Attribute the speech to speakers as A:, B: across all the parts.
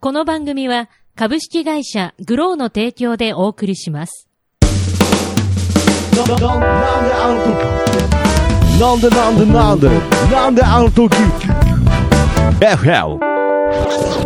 A: この番組は株式会社グローの提供でお送りします。
B: なんであの時なんでなんでなんでなんであの時 FL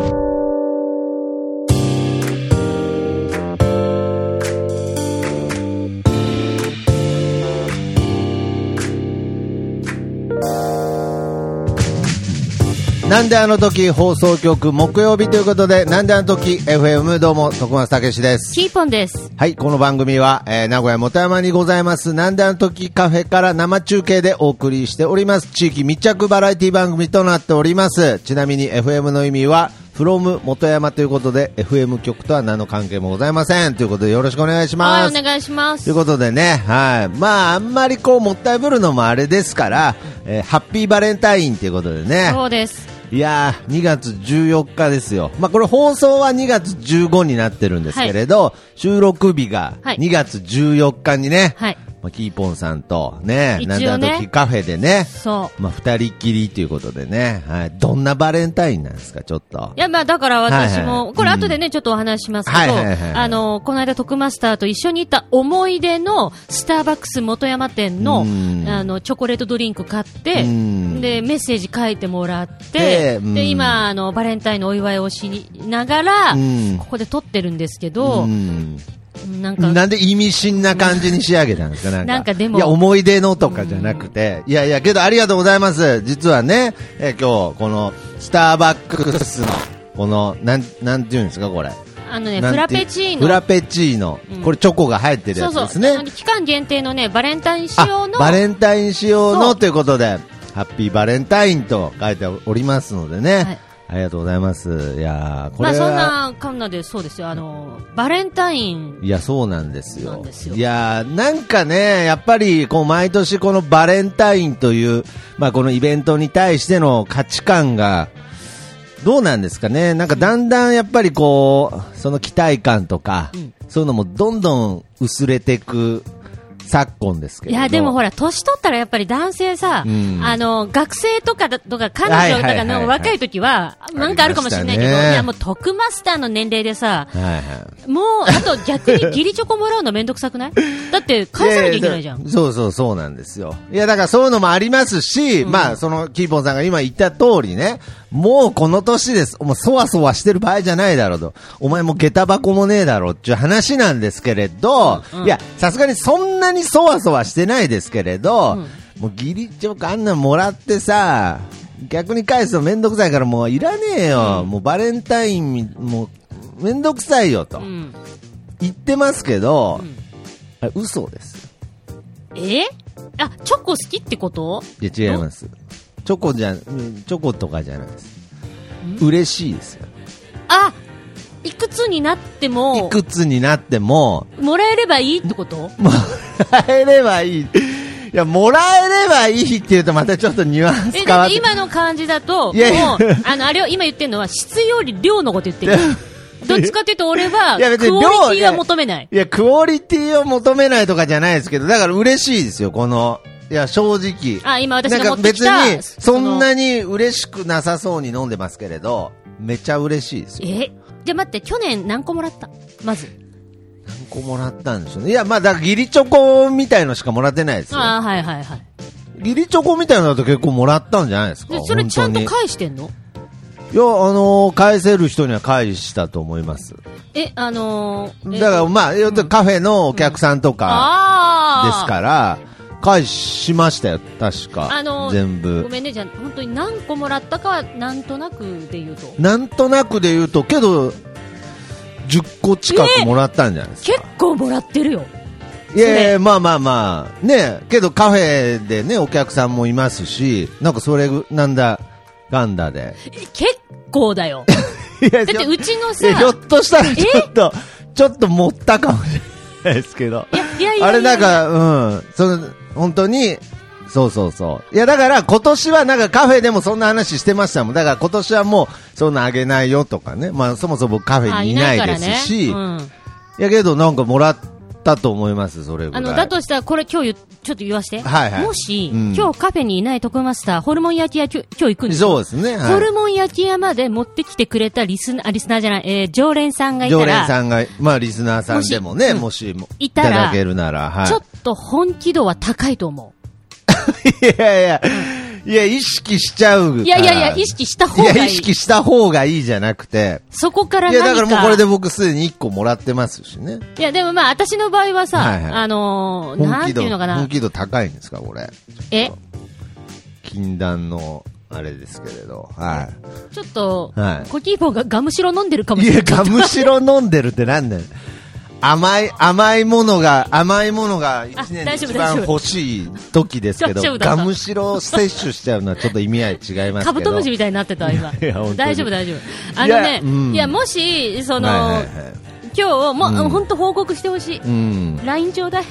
C: なんであの時放送局木曜日ということで、なんであの時 FM どうも、徳松武史です。
A: キーポンです。
C: はい、この番組は、えー名古屋元山にございます、なんであの時カフェから生中継でお送りしております。地域密着バラエティ番組となっております。ちなみに FM の意味は、from 元山ということで、FM 局とは何の関係もございません。ということで、よろしくお願いし
A: は
C: ま
A: い、
C: す
A: お。願いしま
C: とい
A: す
C: う。ことでね、はい。まあ、あんまりこう、もったいぶるのもあれですから、えーハッピーバレンタインということでね。
A: そうです。
C: いやー、2月14日ですよ。まあ、これ放送は2月15になってるんですけれど、収録日が
A: はい
C: 2月14日にね、
A: はい
C: まあ、キーポンさんとね、
A: 一応
C: な
A: ね
C: んだときカフェでね、
A: そう。
C: まあ、二人っきりということでね、はい、どんなバレンタインなんですか、ちょっと
A: い。や、まあ、だから私も、
C: はいはい
A: これ後でね、ちょっとお話ししますけど、
C: はいはいはい
A: あの、この間、徳マスターと一緒に行った思い出の、スターバックス元山店の、
C: うん
A: あの、チョコレートドリンク買って、
C: うん
A: で、メッセージ書いてもらって、
C: でうん
A: で、今、あの、バレンタインのお祝いをしながら、
C: うん
A: ここで撮ってるんですけど、
C: うん
A: なんか、
C: なんで意味深な感じに仕上げたんですかなんか。
A: なんかでも
C: いや、思い出のとかじゃなくて。いやいや、けどありがとうございます。実はね、えー今日、この、スターバックスの、この、なん、なんて言うんですか、これ。
A: あのね、
C: なん
A: フ
C: て
A: ラペチーノ。
C: フラペチーノ。
A: うん
C: これチョコが入ってる
A: そ
C: や
A: う
C: つ
A: そう
C: ですね。
A: あの期間限定のね、バレンタイン仕様
C: あ
A: の、
C: バレンタイン仕様
A: そ
C: の
A: う
C: ということで、ハッピーバレンタインと書いておりますのでね。
A: はい
C: ありがとうございます。いやーこ
A: まあ
C: れ
A: そん
C: は、
A: なカンナでそうですよ。あの、バレンタイン、
C: いや、そうなんですよ。
A: なんですよ
C: いやー、なんかね、やっぱり、こう、毎年このバレンタインという、まあ、このイベントに対しての価値観が、どうなんですかね。なんか、だんだん、やっぱりこう、その期待感とか、
A: ん
C: そういうのもどんどん薄れていく昨今ですけ
A: い
C: れど。
A: や、でもほら、
C: ら、
A: 年取ったらやっぱり男性さ、
C: うん
A: あの、学生とかだとか、彼
C: はい
A: 女
C: は
A: と
C: いはい
A: かの若い時は、なんかあるかもしれないけど、
C: ありましたね
A: いや、もう、徳マスターの年齢でさ、
C: はいはい。
A: もう、あと逆にギリチョコもらうのめんどくさ くないだって、返さなきゃいけないじゃん。
C: ややそうそうそうなんですよ。いや、だからそういうのもありますし、まあ、その、キーポンさんが今言った通りね、もうこの年です。もうそわそわしてる場合じゃないだろうと。お前もう下駄箱もねえだろうっていう話なんですけれど、
A: うんうん
C: いや、さすがにそんなにそわそわしてないですけれど、
A: うん
C: もうギリチョコあんなんもらってさ、逆に返すのめんどくさいからもういらねえよ。もうバレンタインみ、もう、めんどくさいよと
A: うん。
C: 言ってますけど、
A: うん
C: あれ嘘です。
A: えあ、チョコ好きってこと
C: いや違いますチョコじゃうんチョコとかじゃないです嬉しいですよ
A: あ、いくつになって
C: い
A: も、
C: くつになっても
A: もらえればいいってこと
C: もらえればいいいやもらえればいいっていうとまたちょっとニュアンス
A: え、
C: 変
A: だ
C: わ
A: っ
C: ってて
A: 今の感じだと、
C: いやいや
A: もう、あの、あれを今言ってるのは、質より量のこと言ってる。どっちかっていうと俺は、
C: いや別に
A: ク
C: 量
A: オリティは求めない。
C: いやクオリティを求めないとかじゃないですけどだから嬉しいですよこのいや正直
A: あ今私が
C: なん
A: 持
C: か
A: ってき
C: 別
A: た
C: に
A: そ
C: そ
A: の
C: んなに嬉しくなさそうに飲んでますけれどめちゃ嬉しいですよ
A: えじゃあ待って、去年何個もらったまず。
C: 何個もらったんでしょうねいやまあだから義理チョコみたいのしかもらってないですよ
A: ああ、はいはいはい。
C: 義理チョコみたいなのだと結構もらったんじゃないですか
A: でそれちゃんと
C: 本
A: 返してんの
C: 当にいや、あのー返せる人には返したと思います。
A: え、あのー、え
C: だから、まあ、要するにカフェのお客さんとか
A: あ
C: で
A: あ
C: すから、返しましたよ、確か。
A: あのー
C: 全
A: ご
C: 部。
A: めんね、じゃあ本当に何個もらったかは、なんとなくで言うと。
C: なんとなくで言うと、けど、10個近くもらったんじゃないですか。
A: 結構もらってるよ。
C: いやいや、まあまあまあ、ね、けどカフェでね、お客さんもいますし、なんかそれ、なんだ、ガンダで。
A: え結構だよ。
C: いや
A: だってうちのさ
C: え、ひょっとしたらちょっと、ちょっと持ったかもしれないですけど。
A: いやいやいやいや
C: あれなんか、うん、その、本当に、そうそうそう。いやだから今年はなんかカフェでもそんな話してましたもん。だから今年はもうそんなあげないよとかね。まあそもそも僕カフェ
A: あ
C: にいないですし。い
A: いないからねうん
C: やけどなんかもらっただと思います、それぐら
A: あ
C: い。
A: の、だとしたら、これ今日言うちょっと言わして。
C: はいはい
A: もし、
C: うん
A: 今日カフェにいない徳マスター、ホルモン焼き屋、今日今日行くんですよ
C: そうですね。はい
A: ホルモン焼き屋まで持ってきてくれたリスナー、あリスナーじゃない、えー常連さんがいた
C: 常連
A: ら、
C: さんが、まあ、リスナーさんでもね、も
A: も
C: し,、も
A: いたら
C: だけるなら、はい。
A: ちょっと本気度は高いと思
C: いやいや、いや、意識しちゃうから。
A: う。いやいやいや、意識した方
C: い
A: がいい。
C: や、意識した方がいいじゃなくて。
A: そこから
C: い
A: 何
C: や、
A: か。
C: だからもうこれで僕すでに1個もらってますしね。
A: いや、でもまあ、私の場合はさ、
C: はいはい
A: あのー、な
C: 本
A: ん
C: 気
A: て
C: 度、
A: いうのかな
C: 本。気度高いんですか、これ。
A: え、
C: 禁断の、あれですけれど。は
A: ちょっと、
C: はい
A: コキーポーがガムシロ飲んでるか
C: い。
A: もし
C: い
A: れな
C: や、
A: い。
C: ガムシロ飲んでるってなんだよ。甘い、甘いものが、甘いものが一年で
A: 大丈夫
C: 一番
A: 大丈夫
C: 欲しい時ですけ
A: 大丈
C: ど、
A: 夫だっ
C: ガ
A: た
C: ムシロを摂取しちゃうのはちょっと意味合い違いますけど。
A: カブトムシみたいになってた、今
C: いや本当。に
A: 大丈夫、大丈夫。あの
C: いや
A: ね、
C: うん
A: いや、もし、その、
C: はいはいはい
A: 今日、もう、
C: うん
A: 本当報告してほしい。
C: うん。
A: LINE ちょうだい。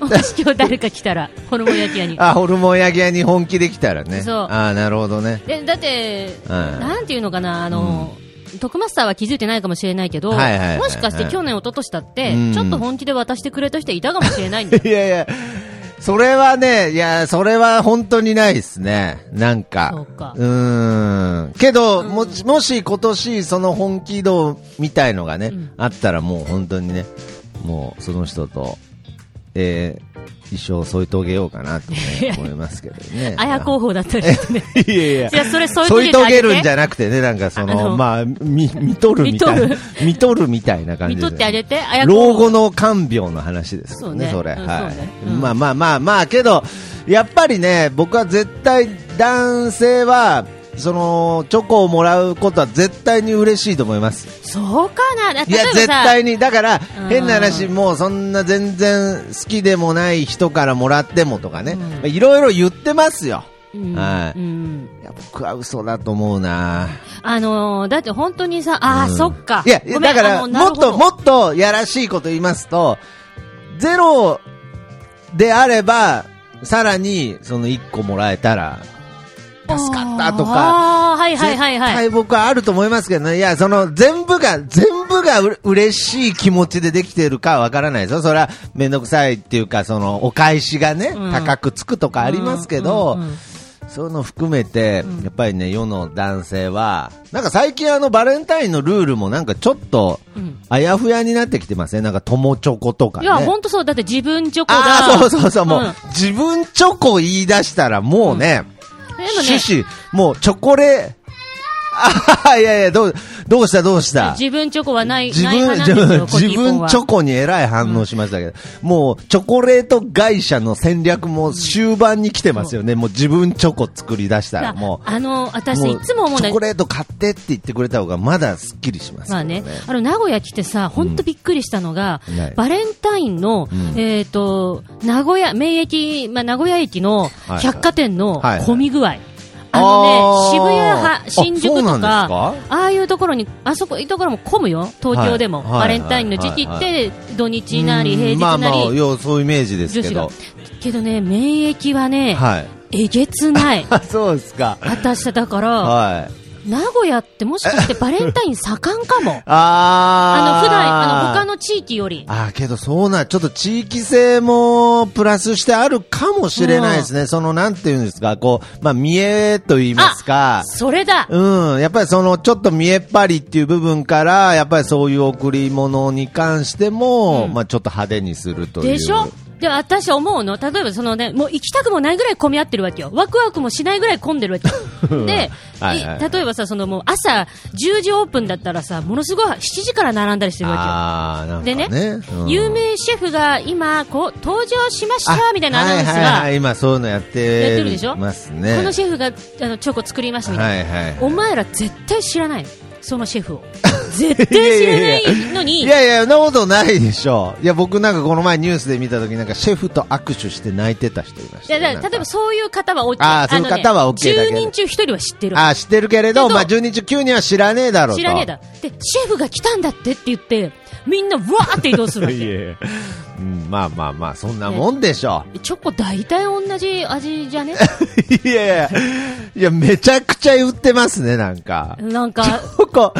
A: もし今日誰か来たら、 ホルモン焼き屋に。
C: あ、ホルモン焼き屋に本気できたらね。
A: そう
C: あなるほどね。
A: でだって、
C: はい
A: なんていうのかな、あの、徳マスターは気づいてないかもしれないけど、
C: はいはいはいはい
A: もしかして去年、一昨年だって、
C: うん
A: ちょっと本気で渡してくれた人いたかもしれないんだよ
C: いやいや、それはね、いや、それは本当にないですね。なんか。
A: そうか
C: ーん。けど、もし、もし今年、その本気度みたいのがね、
A: うん
C: あったらもう本当にね、もうその人と、えー一生添い遂げようか なと、ね、思いますけどね。
A: 綾候補だったりして ね。
C: いやいや。
A: いやそれ添い
C: 添
A: 遂げ
C: い遂げ
A: てあげて
C: るんじゃなくてね、なんかそ
A: あ
C: の、
A: の
C: まあ、み、見とるみたい
A: 見と
C: な
A: る。
C: 見とるみたいな感じ
A: 見
C: です
A: と
C: ね。
A: ってあげて、綾候補
C: 老後の看病の話ですよね、そ
A: そうね
C: れ、
A: うん
C: は
A: そうね
C: い
A: うん
C: まあまあまあまあ、けど、やっぱりね、僕は絶対、男性は、そのチョコをもらうことは絶対に嬉しいと思います。
A: そうかな、
C: い
A: 例え
C: や
A: ば、さ
C: 絶対に。だから
A: う、ん
C: 変な話、もうそんな全然好きでもない人からもらってもとかね
A: うん、
C: まあいろいろ言ってますよ。
A: うん
C: はい
A: うん
C: いや、僕は嘘だと思うな。
A: あのーだって本当にさ、あー、そっか。
C: いや、
A: ごめん
C: だから、
A: あのな
C: もっ
A: るほど
C: と、もっと、やらしいこと言いますと、ゼロであれば、さらに、その1個もらえたら、助かったとか、
A: あーはいはいはい
C: 絶
A: はい。
C: 対僕はあると思いますけどね。いや、その、全部が、全部がう嬉しい気持ちでできてるかわからないですよ。それは、めんどくさいっていうか、その、お返しがね、
A: うん
C: 高くつくとかありますけど、
A: うんうんうん
C: そういうの含めて、
A: うん
C: やっぱりね、世の男性は、なんか最近あのバレンタインのルールもなんかちょっと
A: うん、
C: あやふやになってきてますね。なんか友チョコとか
A: い
C: ね。
A: や、本当そう、だって自分チョコ
C: あ
A: だ。
C: あ、そうそうそう、もう、
A: ん
C: 自分チョコ言い出したらもう
A: で
C: ね、
A: もね、
C: 趣旨、もうチョコレ、ああ、いやいや、どう、どうしたどうした。
A: 自分チョコはない、
C: 自
A: ない
C: 分、
A: 派
C: 自
A: なんですよ、
C: 分、自分チョ
A: コ。
C: コにえらい反応しましたけど、もう、チョコレート会社の戦略も終盤に来てますよね。もう自分チョコ作り出したら、もう。
A: あの、私、
C: もう
A: いつも思うん
C: チ
A: だけ
C: ョ
A: ど
C: コレート買ってって言ってくれた方がまだすっきりしますけ
A: ま
C: ど
A: あ
C: ね
A: ね、あの、名古屋来てさ、本当びっくりしたのが、
C: うんはい
A: バレンタインの、
C: うん
A: えっ、と、名古屋、名駅、まあ、名古屋駅の
C: はい
A: 百貨店の
C: はいはい
A: 混み具合。あの
C: あー
A: ね、渋谷は、新宿と
C: あそうなん
A: か、
C: で
A: ああいうところに、あそこ、いいところも混むよ、東京でも。
C: はいはい
A: バレンタインの時期
C: は
A: っ
C: い
A: て、土日なり、
C: うん
A: 平日
C: まあ
A: な
C: まあ
A: り、
C: 要はそういうイメージです
A: 女
C: け
A: 子が
C: ど。
A: けどね、免疫はね、
C: はい
A: えげつない。
C: あそうですか
A: 私だから、
C: はい。
A: 名古屋ってもしかしてバレンタイン盛んかもあの、
C: あー
A: 普段、あの、他の地域より。
C: あーけどそうなんちょっと地域性もプラスしてあるかもしれないですね、そのなんていうんですかこうまあ見栄と言いますか
A: それだ
C: うん、やっぱりそのちょっと見えっ張りっていう部分から、やっぱりそういう贈り物に関しても、
A: うん
C: まあちょっと派手にするという。
A: でしょで、私思うの。例えばそのね、もう行きたくもないぐらい混み合ってるわけよ。ワクワクもしないぐらい混んでるわけ よ。で、
C: はいはい
A: い例えばさ、そのもう朝10時オープンだったらさ、ものすごい7時から並んだりしてるわ
C: ああ、なんか
A: けよ。
C: ね。
A: でね、
C: うん
A: 有名シェフが今、こう、登場しましたみたいなアナウンスが、
C: はいはいはい、今そういうのやって
A: やってるでしょ
C: ますね。
A: このシェフがあのチョコ作りましたみたいな。
C: はいはい。
A: お前ら絶対知らないそのシェフを 絶対知らないのに
C: いやいや、そんなことないでしょ。いや、僕なんかこの前ニュースで見た時なんかシェフと握手して泣いてた人いましたよ。
A: いやだから例えば
C: なんか
A: そういう方は OK
C: あーそういう方は OK だけ
A: 10
C: ど
A: 人中1人は知ってる
C: あー、知ってるけれど、
A: けど
C: まあ12日9人は知らねえだろうと。
A: 知らねえだでシェフが来たんだってって言ってみんなわーって移動するわ
C: いや
A: け
C: いやうん、まあまあまあ、そんなもんでしょ
A: チョコ大体同じ味じゃ ね
C: う。いやいや、いや、めちゃくちゃ言ってますね、なんか。
A: なんか
C: チョコ、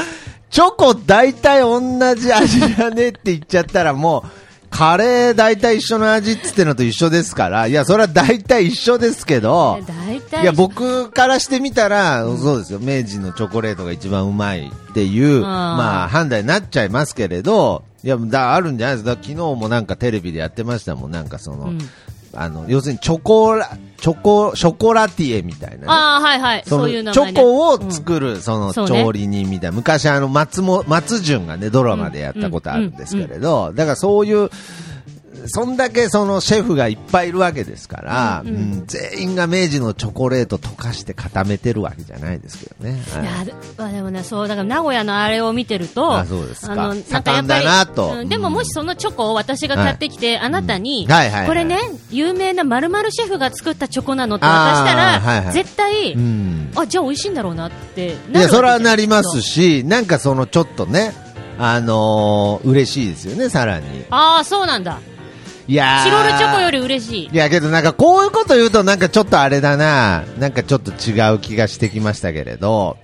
C: チョコ大体同じ味じゃねって言っちゃったらもう、カレー大体一緒の味っつってのと一緒ですから、いや、それは大体一緒ですけど、
A: 大体
C: いや、僕からしてみたら、そうですよ、明治のチョコレートが一番うまいっていう、まあ、判断になっちゃいますけれど、いや、だあるんじゃないですか。だ昨日もなんかテレビでやってましたもん、なんかその、
A: うん
C: あの、要するにチョコラ、チョコ、ショコラティエみたいなね、
A: ああ、はいはい。
C: そ
A: そ
C: の
A: ういう名
C: チ
A: 前
C: ョ
A: ね
C: コ
A: う
C: を
A: ん
C: 作る、その
A: そうね
C: 調理人みたいな、昔あの松も松潤がねドラマでやったことあるんですけれど、だからそういうそんだけそのシェフがいっぱいいるわけですから、うん全員が明治のチョコレート溶かして固めてるわけじゃないですけどね、はい
A: いやでまあでもね、そうだから名古屋のあれを見てると、
C: あそうですか
A: あのなんかや
C: 盛
A: っ
C: ん
A: ぱり
C: だなと
A: うんでももしそのチョコを私が買ってきて、あなたに、
C: うんはいはいはい
A: これね、有名なまるシェフが作ったチョコなのって渡した
C: あ
A: ら、
C: ーはいはい
A: 絶対、
C: うん
A: あじゃあ美味しいんだろうなって
C: いやそれはなります
A: し、
C: し、なんかそのちょっとね、あのー嬉しいですよね、さらに。
A: ああそうなんだ、
C: いやー
A: チロルチョコより嬉しい。
C: いやけどなんかこういうこと言うとなんかちょっとあれだな、なんかちょっと違う気がしてきましたけれど、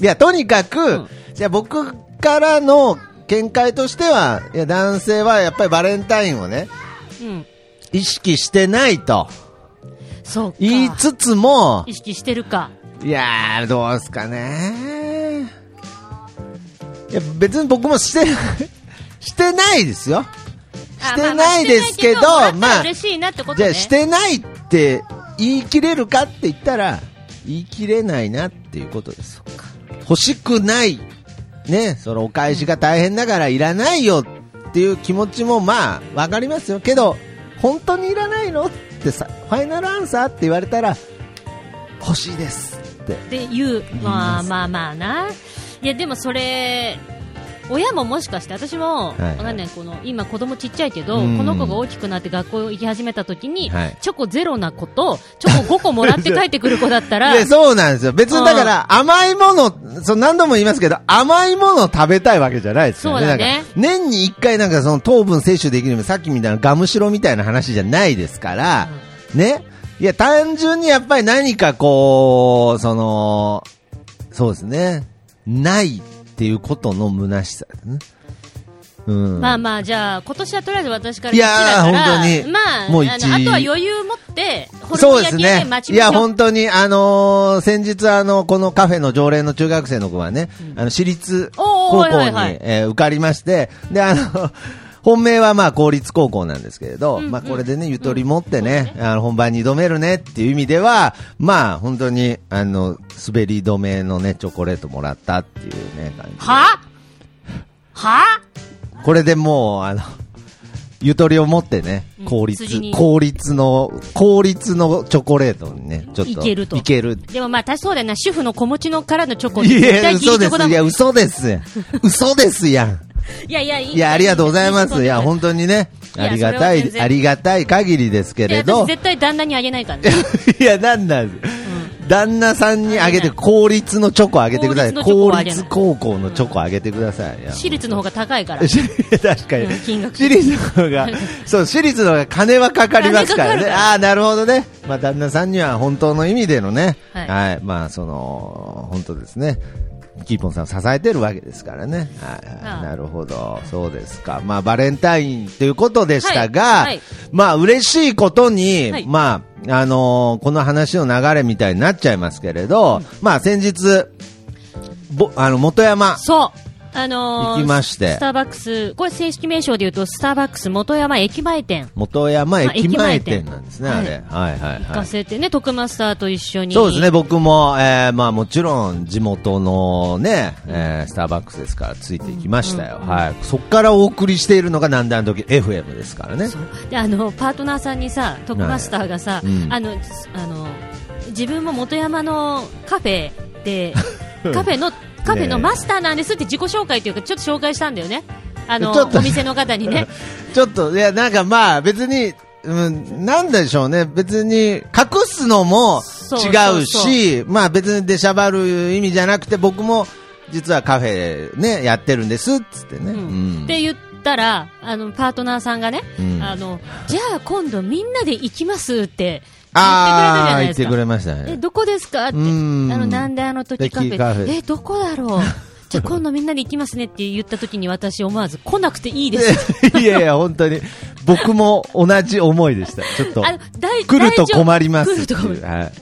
C: いやとにかく、
A: うん
C: じゃあ僕からの見解としては、いや男性はやっぱりバレンタインをね、
A: うん、
C: 意識してないと
A: そうか
C: 言いつつも
A: 意、識してるか、
C: いやー、どうすかねいや別に僕もして ない、してないですよ。
A: あ
C: してないですけど
A: まあまあしてないけどもらったら
C: まあ
A: 嬉しいなってこと
C: じゃあ
A: ね。
C: してないって言い切れるかって言ったら言い切れないなっていうことです欲しくないねそのお返しが大変だからいらないよっていう気持ちもまあわかりますよけど本当にいらないのってさファイナルアンサーって言われたら欲しいですって
A: っていう、まあ
C: 言います
A: まあまあな。いや、でもそれ、親ももしかして、私も、わ
C: いはい
A: かんない、この、今子供ちっちゃいけど、
C: うん
A: この子が大きくなって学校行き始めた時に、
C: はい
A: チョコゼロな子と、チョコ5個もらって帰ってくる子だったら、
C: いやそうなんですよ別にだから甘いものそう何度も言いますけど甘いものを食べたいわけじゃないですよね
A: そうだね
C: なんか年に1回なんかその糖分摂取できるようにさっきみたいなガムシロみたいな話じゃないですから、ねいや単純にやっぱり何かこうそのそうですねないっていうことの虚しさですねうん
A: まあまあ、じゃあ、今年はとりあえず私から
C: いやー
A: 1だから
C: 本当に
A: まあ、
C: もう
A: あ
C: 一
A: のあとは余裕持って、ホル
C: そ
A: モ
C: う
A: ン
C: で
A: 焼
C: す
A: き屋で
C: ね。
A: 待ち
C: い
A: ま
C: や、
A: しょう。
C: 本当に、あのー先日、あの、このカフェの常連の中学生の子はね、あの、私立高
A: おー
C: 校に、
A: はいはいはい
C: えー受かりまして、で、あの、 本命はまあ公立高校なんですけれど、まあこれでね、ゆとり持ってね、あの本番に挑めるねっていう意味では、まあ本当に、あの、滑り止めのね、チョコレートもらったっていうね、感じ。
A: はは
C: これでもう、あの、ゆとりを持ってね、
A: うん
C: 公立
A: 辻、に
C: 公立の、公立のチョコレートにね、ちょっと、
A: いけると
C: いける
A: でもまあ、確かそうだよな、主婦の子持ちのからのチョコって
C: い
A: 絶
C: や、
A: 対ギリチ
C: 嘘
A: ョ
C: で
A: コだも
C: す。い
A: ん
C: や、嘘です。嘘ですやん。
A: いやいや、いい
C: いや、ありがとうございま
A: こと
C: す。いや、本当にね、
A: いや
C: ありがた
A: それは全
C: い、
A: 然
C: ありがたい限りですけ
A: いや
C: れど
A: 私、絶対旦那にあげないからね。
C: いや、なんなん旦那さんにあげて、
A: あげ
C: 公立のチョコあげてください。
A: 公
C: 公
A: 立の
C: 立
A: チョ
C: 高校のチョコあげてください。いや
A: 私立の方が高いから。
C: 確かに
A: うん金額。
C: 私立の 方が、そう、私立の方が金はかかりますから
A: 金かかる
C: ね。
A: から
C: ああー、なるほどね。まあ、旦那さんには本当の意味でのね、
A: はい
C: はい、まあ、その、本当ですね。キーポンさんを支えてるわけですからね。はい
A: あ
C: は
A: あ
C: い、なるほど。そうですか。まあ、バレンタインということでしたが、
A: はいはい
C: まあ、嬉しいことに、
A: はい
C: まあ、あのーこの話の流れみたいになっちゃいますけれど、まあ、先日、ぼ、あの、元山、
A: そう。あのー
C: 行きまして
A: スターバックス、これ正式名称で言うと、スターバックス元山駅前店
C: 元山駅前店なんですね、
A: まあ
C: あ
A: 駅前
C: れ。はいはい
A: 行
C: は
A: か
C: い。
A: せてね、徳マスターと一緒に。
C: そうですね、僕も、えー、まあもちろん地元のね、えー、スターバックスですからついていきましたよ。はい。そこからお送りしているのがなんであの時 FM ですからね。
A: で、あの、パートナーさんにさ、徳マスターがさ、
C: いうん
A: あの、あの、自分も元山のカフェ で、カフェの、カフェのマスターなんですって自己紹介というか、ちょっと紹介したんだよね。あの、
C: ちょっと
A: お店の方に ね。
C: ちょっと、いや、なんかまあ別に、うん、なんでしょうね。別に、隠すのも
A: そう
C: 違う
A: そう
C: し、まあ別に出しゃばる意味じゃなくて、僕も実はカフェね、やってるんです、つって
A: う
C: ね。う
A: ん
C: ん。
A: って言ったら、あの、パートナーさんがね、
C: うん
A: あの、じゃあ今度みんなで行きますって言
C: ああ、言
A: ってくれたじゃないで
C: って
A: す
C: く
A: か。
C: れましたね
A: え、。どこですかって。あ
C: うん
A: の、なんであの時カフ
C: 時カフ
A: ェ。
C: ェ
A: え、どこだろう。じゃあ今度みんなで行きますねって言った時に私思わず来なくていい です。
C: いやいや、本当に。僕も同じ思いでした。ちょっと。
A: あの大
C: 来ると
A: 大丈夫
C: 困ります
A: 来る
C: って
A: と困
C: い
A: る
C: う。はい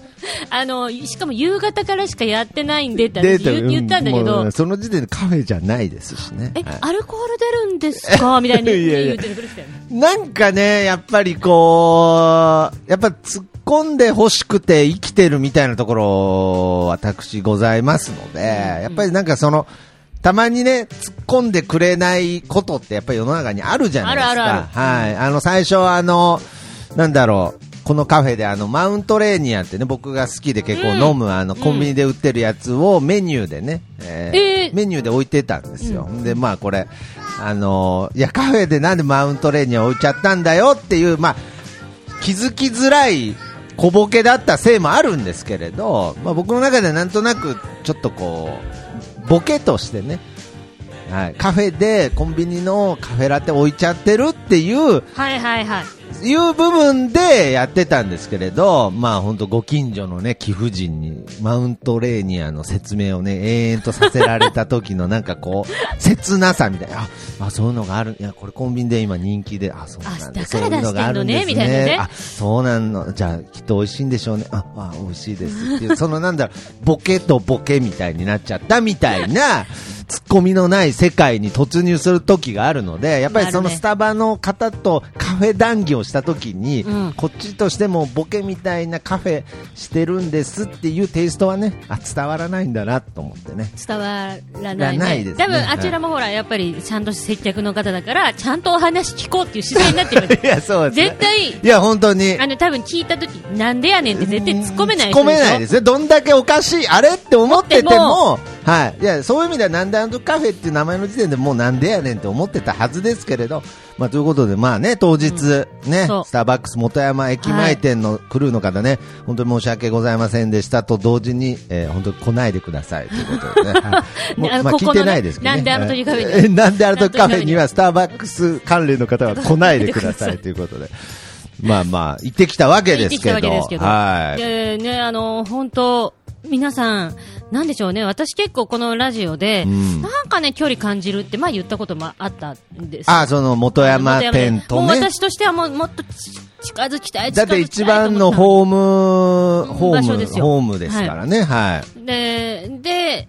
A: あの、しかも夕方からしかやってないんでって私言う言ったんだけ
C: も
A: ど
C: う、その時点でカフェじゃないですしね。
A: え
C: はい、
A: アルコール出るんです かみたいに
C: いやい
A: 言
C: や
A: ってくれてたよね。
C: なんかね、やっぱりこう、やっぱ突っ込んで欲しくて生きてるみたいなところ、私ございますので、やっぱりなんかその、たまにね、突っ込んでくれないことってやっぱり世の中にあるじゃないですか。
A: あるあるある
C: はい。あの、最初はあの、なんだろう。このカフェであのマウントレーニアってね僕が好きで結構飲む、あのコンビニで売ってるやつをメニューでね、えー
A: えー
C: メニューで置いてたんですよ、でまあこれ、あのーいやカフェでなんでマウントレーニア置いちゃったんだよっていう、まあ、気づきづらい小ボケだったせいもあるんですけれど、まあ、僕の中でなんとなくちょっとこうボケとしてね、はい、カフェでコンビニのカフェラテ置いちゃってるっていう
A: はいはいはい。
C: いう部分でやってたんですけれど、まあ本当ご近所のね、貴婦人にマウントレーニアの説明をね、延々とさせられた時のなんか こう、切なさみたいな。あ、あそういうのがある。いや、これコンビニで今人気で、あ、そうなんだ。
A: あだ
C: そ
A: か
C: う
A: ら
C: いうのがあるんです
A: 出してんのねみたいなね
C: あ、そうなんの。じゃあきっと美味しいんでしょうね。あ、あ美味しいです っていう、そのなんだろう、ボケとボケみたいになっちゃったみたい な、ツッコミのない世界に突入する時があるので、やっぱりそのスタスタバの方とカフェ談義をした時に、
A: うん
C: こっちとしてもボケみたいなカフェしてるんですっていうテイストはねあ伝わらないんだなと思ってね
A: 伝わら
C: ら
A: ない、
C: な
A: ね
C: いですね
A: 多分あちらもほら、やっぱりちゃんと接客の方だから、ちゃんとお話聞こうっていう姿勢になってるわけ
C: いや そうです、ね、
A: 絶対
C: いや本当に
A: あの多分聞いた時なんでやねんって絶対突っ込めない
C: 突っ込めないですすねどんだけおかしいあれって思ってても
A: 思
C: はい、いやそういう意味ではなんであのカフェっていう名前の時点でもうなんでやねんって思ってたはずですけれど、まあ、ということで、まあね、当日、ね
A: そう
C: スターバックス元山駅前店のクルーの方ね、本当に申し訳ございませんでしたと同時に、えー本当に来ないでくださいというこ とでね、はいもう
A: あの
C: まあ、
A: ここ
C: 聞
A: の
C: いてないですけど、ね、
A: なんであの時カフェに
C: えーなんであの時カフェにはスターバックス関連の方は来ないでく ださいということで。まあまあ、行ってきたわけ
A: 行
C: で
A: って
C: す
A: き
C: け
A: たわ
C: ど。
A: けですけど、
C: はい。
A: でね、あの本当、皆さん、なんでしょうね、私結構このラジオで、
C: うん
A: なんかね、距離感じるって、まあ言ったこともあったんです
C: あ、その元山
A: 本当やめ
C: 店
A: て
C: と
A: もう
C: ね。
A: 私としてはもうもっとち近づきたい、
C: だって一番の
A: 方
C: ホーム、ホ
A: 場
C: ー
A: 所
C: ム、
A: ですよ
C: ホームですからね。はい。
A: で、で、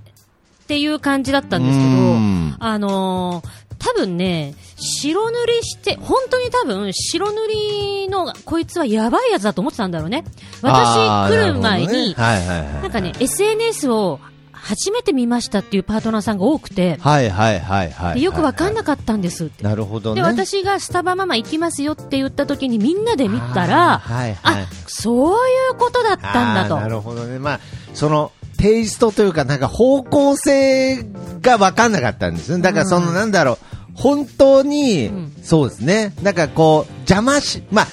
A: っていう感じだったんで
C: うん
A: すけど、あのー多分ね、白塗りして、本当に多分、白塗りの、こいつはやばいやつだと思ってたんだろうね。
C: あ
A: 私
C: ー
A: 来る前
C: なるほど
A: に、
C: ねはいはいはい。
A: なんかね、SNS を初めて見ましたっていうパートナーさんが多くて、
C: はいはいはいはい。
A: でよくわかんな
C: く
A: かったんですって。
C: なるほどね。
A: で、私がスタバママ行きますよって言った時にみんなで見た
C: あー
A: ら、
C: はいはい
A: あ、そういうことだったんだと。
C: あーなるほどね。まあ、その、テイストというか、なんか方向性が分かんなかったんですね。だから、その、なんだろう、本当に、
A: うん
C: そうですね。なんかこう、邪魔し、まあ、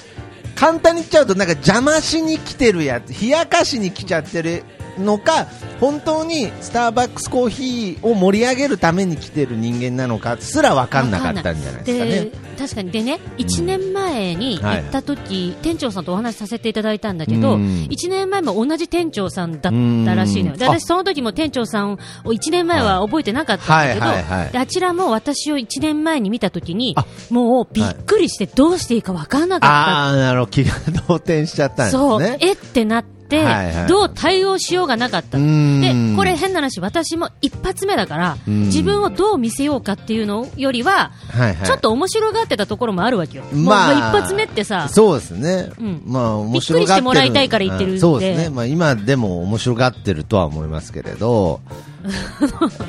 C: 簡単に言っちゃうと、なんか邪魔しに来てるやつ、冷やかしに来ちゃってるのか、本当にスターバックスコーヒーを盛り上げるために来てる人間なのかすら分かんなかったんじゃないですかね
A: で。確かにでね1年前に行った時、店長さんとお話しさせていただいたんだけど、
C: うん
A: 1年前も同じ店長さんだったらしいの
C: う
A: よ
C: ん
A: で私その時も店長さんを1年前は覚えてなかったんだけど、
C: はいはいはいはい
A: であちらも私を1年前に見た時に
C: あ
A: もうびっくりしてどうしていいか分からなかっ
C: ああー、なるほど。気が動転しちゃったん
A: た、
C: ですね。
A: そうえってなって、
C: はいはい
A: どう対応しようがなかった
C: うーん
A: でこれ変な話私も一発目だから
C: うん
A: 自分をどう見せようかっていうのよりは
C: はいはい
A: ちょっと面白がってたところもあるわけよ。もう一発目ってさ、
C: そうですね、
A: うん
C: まあ面白が
A: びっくり
C: ってる
A: してもらいたいから言ってるんで
C: うんそうですね、まあ、今でも面白がってるとは思いますけれ ど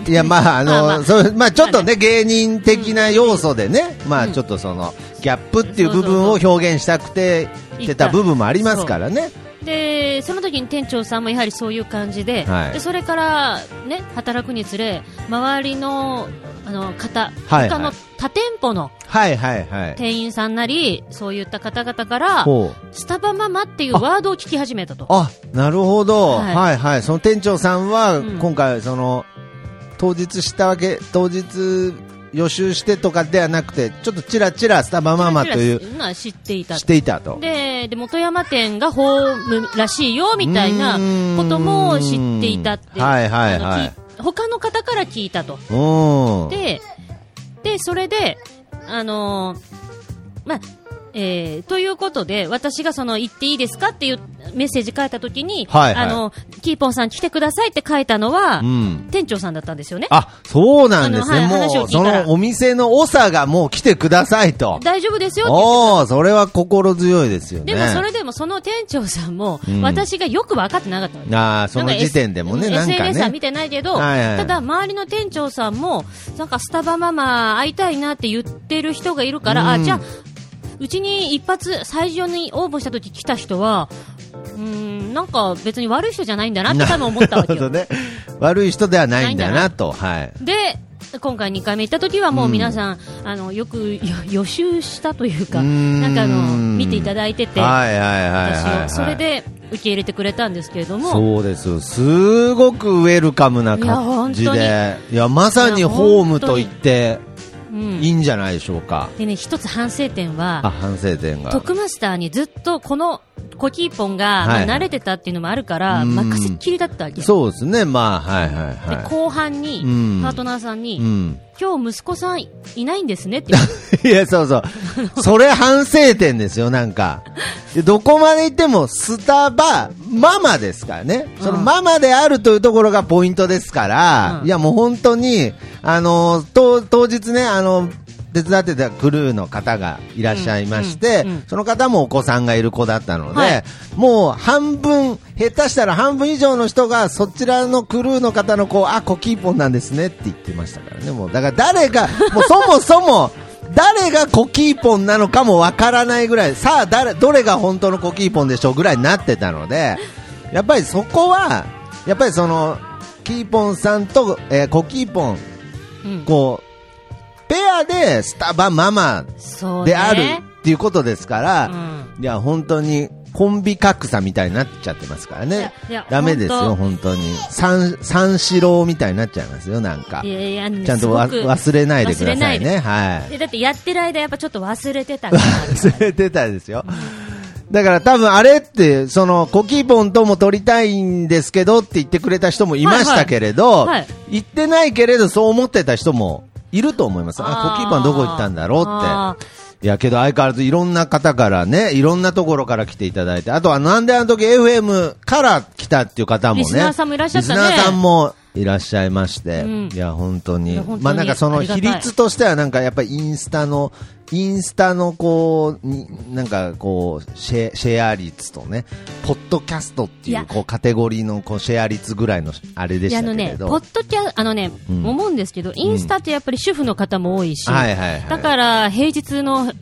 C: いやまああの、
A: まあまあ
C: そうまあ、ちょっとね芸人的な要素でね、まあちょっとそのギャップっていう部分を表現したくて言ってた部分もありますからね
A: で、その時に店長さんもやはりそういう感じで、
C: はい
A: でそれからね、働くにつれ、周りの、あの、方、
C: はいはい
A: 他の他店舗の
C: はいはいはい
A: 店員さんなり、そういった方々から、
C: ほう
A: スタバママっていうワードを聞き始めたと。
C: あなるほど、は、
A: はいい
C: はいその店長さんは
A: うん
C: 今回その、当日したわけ当日予習してとかではなくてちょっとちらちらスタバママという
A: うのは知っていた
C: していたと。
A: で、で、元山店がホームらしいよ、みたいなことも知っていたって。
C: うーんはいはいはい
A: あのき他の方から聞いたと。
C: うん。
A: で、で、それで、あのーまあ、えーということで、私がその、行っていいですかっていうメッセージ書いたときに、
C: はいはい
A: あの、キーポンさん来てくださいって書いたのは、
C: うん
A: 店長さんだったんですよね。
C: あ、そうなんですね。
A: あのはい話
C: も
A: を
C: う、
A: 聞
C: そ
A: いたら
C: のお店の長がもう来てくださいと。
A: 大丈夫ですよって
C: おー、それは心強いですよね。
A: でもそれでもその店長さんも
C: うん、
A: 私がよく分かってなかったわけ
C: あーその時点でもね、
A: なんか
C: なんか
A: S-
C: ね。
A: SNS は見てないけど、
C: はいはい
A: ただ周りの店長さんも、なんかスタバママ会いたいなって言ってる人がいるから、あ、
C: うん
A: じゃあ、うちに一発最初に応募した時来た人は、うーん、なんか別に悪い人じゃないんだなって多分思ったわけ
C: なるほど
A: よ。
C: ね。悪い人ではないんだなと。はい。
A: で、今回2回目行った時はもう皆さん、あの、よくよ予習したというか、なんかあの、見ていただいてて、
C: はいはいはいはい、
A: 私
C: はい。
A: をそれで受け入れてくれたんですけれども、
C: そうですよすごくウェルカムない
A: や
C: 感じでい
A: 本
C: や
A: 当
C: まさに
A: いや
C: ホームと言って
A: うん
C: いいんじゃないでしょうか、
A: でね、一つ反省点
C: あ
A: は、
C: 反省点が
A: トクマスターにずっとこのコキーポン
C: は
A: が、
C: い
A: まあ慣れてたっていうのもあるから、
C: うん
A: 任せっきりだったわけ。
C: そうですねまあはいはい
A: で
C: は
A: 後半に、
C: うん
A: パートナーさんに、
C: い、うん、
A: 今日息子さんいないんですねって言わ れて
C: いやそうそうそれ反省点ですよなんかでどこまで行ってもスタバママですからねその
A: うん
C: ママであるというところがポイントですから、
A: うん
C: いやもう本当にあの当当日ねあの手伝ってたクルーの方がいらっしゃいまして、
A: うんうんうん
C: その方もお子さんがいる子だったので、
A: はい
C: もう半分、下手したら半分以上の人が、そちらのクルーの方の子、あ、コキーポンなんですねって言ってましたからね。もう、だから誰 が、もうそもそも、誰がコキーポンなのかもわからないぐらい、さあ誰、どれが本当のコキーポンでしょうぐらいになってたので、やっぱりそこは、やっぱりその、キーポンさんと、えーコキーポン、
A: うん
C: こう、ペアでスタバママ
A: そうね。
C: であるっていうことですから、いや、本当に、コンビ格差みたいになっちゃってますからね
A: いやいや。
C: ダメですよ、本当に。三、三四郎みたいになっちゃいますよ、なんか
A: うん。い。やいや、あのね
C: ちゃんとわ
A: すごく
C: 忘れないでくださ
A: 忘れな
C: いね。
A: で
C: はい。
A: えだってやってる間やっぱちょっと忘れてたから。
C: 忘れてたですよ。だから多分あれって、その、コキーポンとも撮りたいんですけどって言ってくれた人もいましたけれど、
A: はいはいはい
C: 言ってないけれどそう思ってた人もいると思います。あ、コキーポンどこ行ったんだろうって
A: あ。
C: いやけど相変わらずいろんな方からね、いろんなところから来ていただいて、あとはなんであの時 FM から来たっていう方もね、
A: リスナーさんもいらっしゃったね
C: リスナーさんもいらっしゃいまして、
A: うん
C: いや本当
A: い
C: に
A: や本当に
C: まあなんかその
A: ありがた
C: 比
A: い
C: 率としてはなんかやっぱりインスタの、インスタのこう、になんかこう、シェシェア率とね、ポッドキャストって
A: い
C: いう
A: や
C: こうカテゴリーのこうシェア率ぐらいのあれで
A: い
C: し
A: や
C: た
A: あ
C: け
A: の
C: れ
A: ね、
C: ど。
A: ポッドキャあのね、
C: うん
A: 思うんですけど、インスタってやっぱり主婦の方も多いし、
C: はいはいはい
A: だから平日の、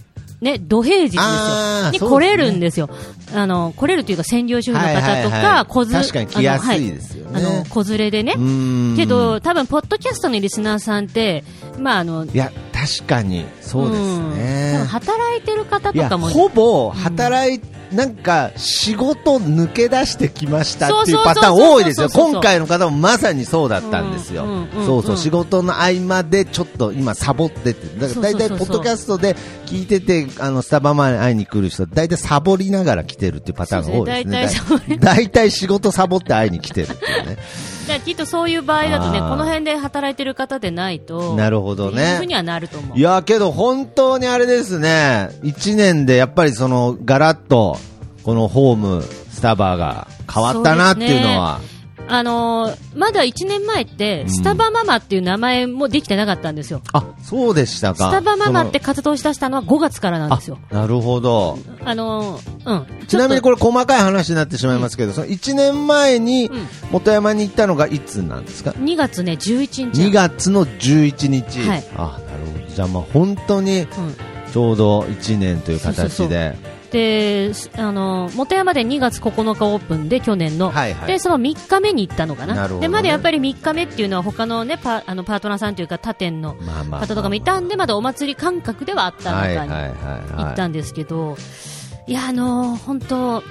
A: ね、土平日です
C: あ
A: よ。
C: ー
A: に
C: そ
A: 来
C: うで
A: れ
C: すね
A: るんですよ。あの、来れるというか専業主婦の方と
C: はいはいはい
A: か、子連
C: 確かに来やすいですよね
A: あのはいあの、子連れでね
C: う。ーん
A: けど、多分、ポッドキャストのリスナーさんって、まあ、あの、
C: いや、確かに、そうです
A: うん
C: ね。
A: 多分働いてる方
C: い
A: と
C: や
A: かも、
C: ほぼ働い、なんか仕事抜け出してきましたってい
A: そううそうそう
C: パターン多いですよ、
A: そうそうそう
C: 今回の方もまさにそうだったんですよ、
A: うんうんうんうん
C: そうそう、仕事の合間でちょっと今、サボってて、だから大
A: そうそう
C: 体、ポ
A: そうそう
C: ッドキャストで聞いてて、あのスタバ前に会いに来る人、大体サボりながら来てるっていうパターンが多いですね、
A: そうですね大体サボり
C: 大体仕事サボって会いに来てるっていうね、
A: だからきっとそういう場合だとね、
C: あー
A: この辺で働いてる方でないと、
C: なるほどね
A: っていうふうにはなると思う
C: い。やけど本当にあれですね、1年でやっぱりそのガラッとこのホーム、スタバが変わったなっていうのは。
A: あのーまだ1年前って、スタバママっていう名前もできてなかったんですよ。
C: あ、そうでした
A: ス
C: か。
A: タバママって活動しだしたのは5月から
C: そ
A: な
C: の
A: んですよ。
C: あなるほど。
A: あのーうん。
C: ちなみに
A: ょっ
C: これ細かい話になってしまいますけど、その1年前に
A: うん
C: 元山に行ったのがいつなんですか
A: と2月ね、11日。
C: 2月の11日。
A: はい
C: あ、なるほど。じゃあまあ本当に
A: うん
C: ちょうど1年という
A: そうそ
C: 形
A: うそ
C: で。
A: で、すあのー、元山で2月9日オープンで、去年の。
C: はいはい
A: で、その3日目に行ったのかな。
C: なるほどね
A: で、まだやっぱり3日目っていうのは他のね、パあのパートナーさんというか他店の
C: まあまあ。
A: 方とかもいたんで、まだお祭り感覚ではあった
C: はい
A: 中
C: はい
A: に。
C: はい
A: 行っ
C: は
A: たんですけど、いや、あのー本当、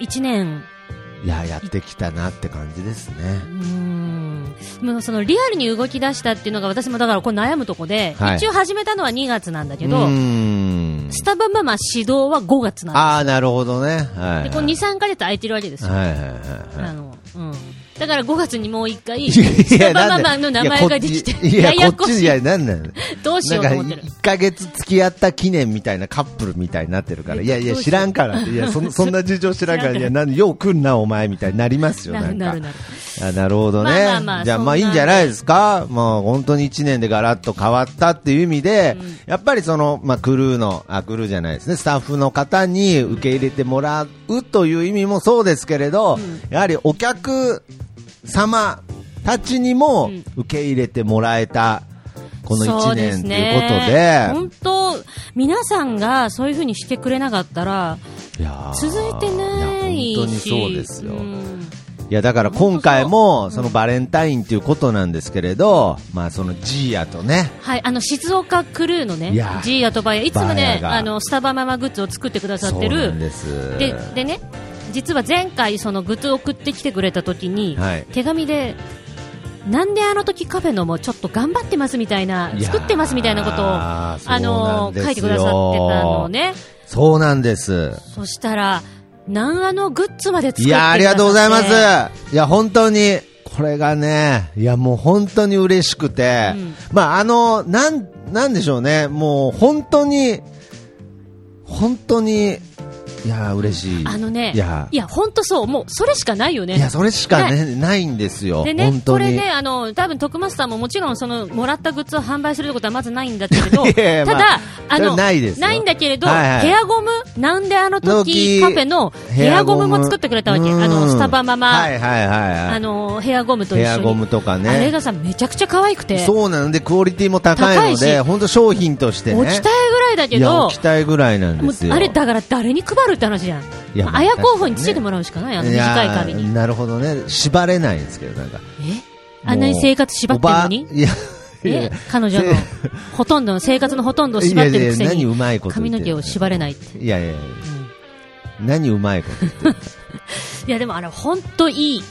A: 1年、
C: い。いや、やってきたなって感じですね。
A: うーん、もうそのリアルに動き出したっていうのが、私もだからこれ悩むとこで、
C: はい
A: 一応始めたのは2月なんだけ
C: う
A: ど、
C: ーん
A: スタバママ指導は5月なん
C: ああ、なるほどね。はい、はい。
A: です。で、こう2、3ヶ月空いてるわけですよ。
C: はいはいはいはい。
A: あの、うん。だから5月にもう一回、
C: い
A: ス
C: や
A: カパマ
C: なん
A: マンの名前ができて、
C: いや、
A: やや
C: こっ
A: こ
C: ち
A: し
C: い
A: い。
C: や、なんなん
A: どうしようと思って
C: な
A: る
C: んか。1ヶ月付き合った記念みたいなカップルみたいになってるから、いやいや、
A: どうしよう
C: 知らんからって、いや、そんそんな事情知らんから、いや、なんよう来んな、お前みたいになりますよ、
A: な
C: な
A: る
C: ん
A: な
C: か
A: る。なる。
C: あなるほどね、
A: まあまあまあ
C: じゃあ、
A: そんな
C: まあいいんじゃないですか、もう本当に1年でガラッと変わったっていう意味で、やっぱりその、まあ、クルーのあ、クルーじゃないですね、スタッフの方に受け入れてもらうという意味もそうですけれど、やはりお客様たちにも
A: ん
C: 受け入れてもらえた、この
A: そ
C: 1
A: うで
C: 年
A: す
C: と
A: ね
C: いうことで、
A: 本当、皆さんがそういうふうにしてくれなかったら、
C: いやー
A: 続いてないし。
C: いや本当にそうですよ。
A: ん
C: いやだから今回もそのバレンタインということなんですけれど、まあそのジーヤとね、
A: はい、あの静岡クルーのね
C: いや、
A: ジーヤとバイヤ、いつも
C: バイヤ
A: ね、
C: が
A: あのスタバママグッズを作ってくださって
C: そうな
A: る
C: ん。です。
A: ででね、実は前回、そのグッズを送ってきてくれた時に、
C: はい
A: 手紙で、なんであの時カフェのもちょっと頑張ってますみたいな、
C: いやー
A: 作ってますみたいなことを、あ
C: そうなん
A: の
C: ですよ
A: 書いてくださってたのね、
C: そうなんです。
A: そしたら、なんあのグッズまで作って
C: い
A: くだ
C: や
A: さ
C: あ
A: って
C: りがとうございます。いや本当にこれがね、いやもう本当に嬉しくて、
A: うん
C: まああのなんなんでしょうね、もう本当に本当にいや嬉しい。
A: あのね、
C: いや
A: いや、本当そう、もうそれしかないよね。
C: いやそれしかねないんですよ。
A: でね
C: 本、
A: こ
C: 当
A: れ
C: に。
A: ね、あの、多分徳マスターももちろん、その、もらったグッズを販売するってことはまずないんだけれど、
C: いやいや
A: た
C: まあ
A: だ、あ
C: それ
A: の、
C: ないですよ
A: んだけれど、
C: はいはい
A: ヘアゴム、なんであの時
C: 時
A: カフェのヘアゴムも作ってくれたわけ。
C: うん
A: あの、スタバママ、
C: はいはいはいはい。
A: あの、ヘアゴムと一緒に。
C: ヘアゴムとかね。
A: あれがさ、めちゃくちゃ可愛くて、
C: そうなんで、クオリティも高いの
A: 高い
C: で、
A: し
C: 本当商品としてね。
A: 落ちたいぐらいだけ
C: いや、
A: ど
C: 置き、たいぐらいなん
A: も
C: です
A: う
C: よ。
A: あれだから誰に配るって話じゃん。
C: いや
A: まあ、
C: まあ
A: 綾候補につけてもらうしかない、あの短い髪
C: や
A: に。
C: なるほどね。縛れないんですけど、なんか。
A: えあんなに生活縛ってるのに
C: おばいや、いや
A: え彼女の ほとんどの生活のほとんどを縛ってるくせ
C: いやいや何う
A: に
C: まいこと
A: 髪
C: 言ってんの
A: の毛を縛れないって、
C: いやいやいや何うまいこと言ってる。
A: いやでもあれ本当いい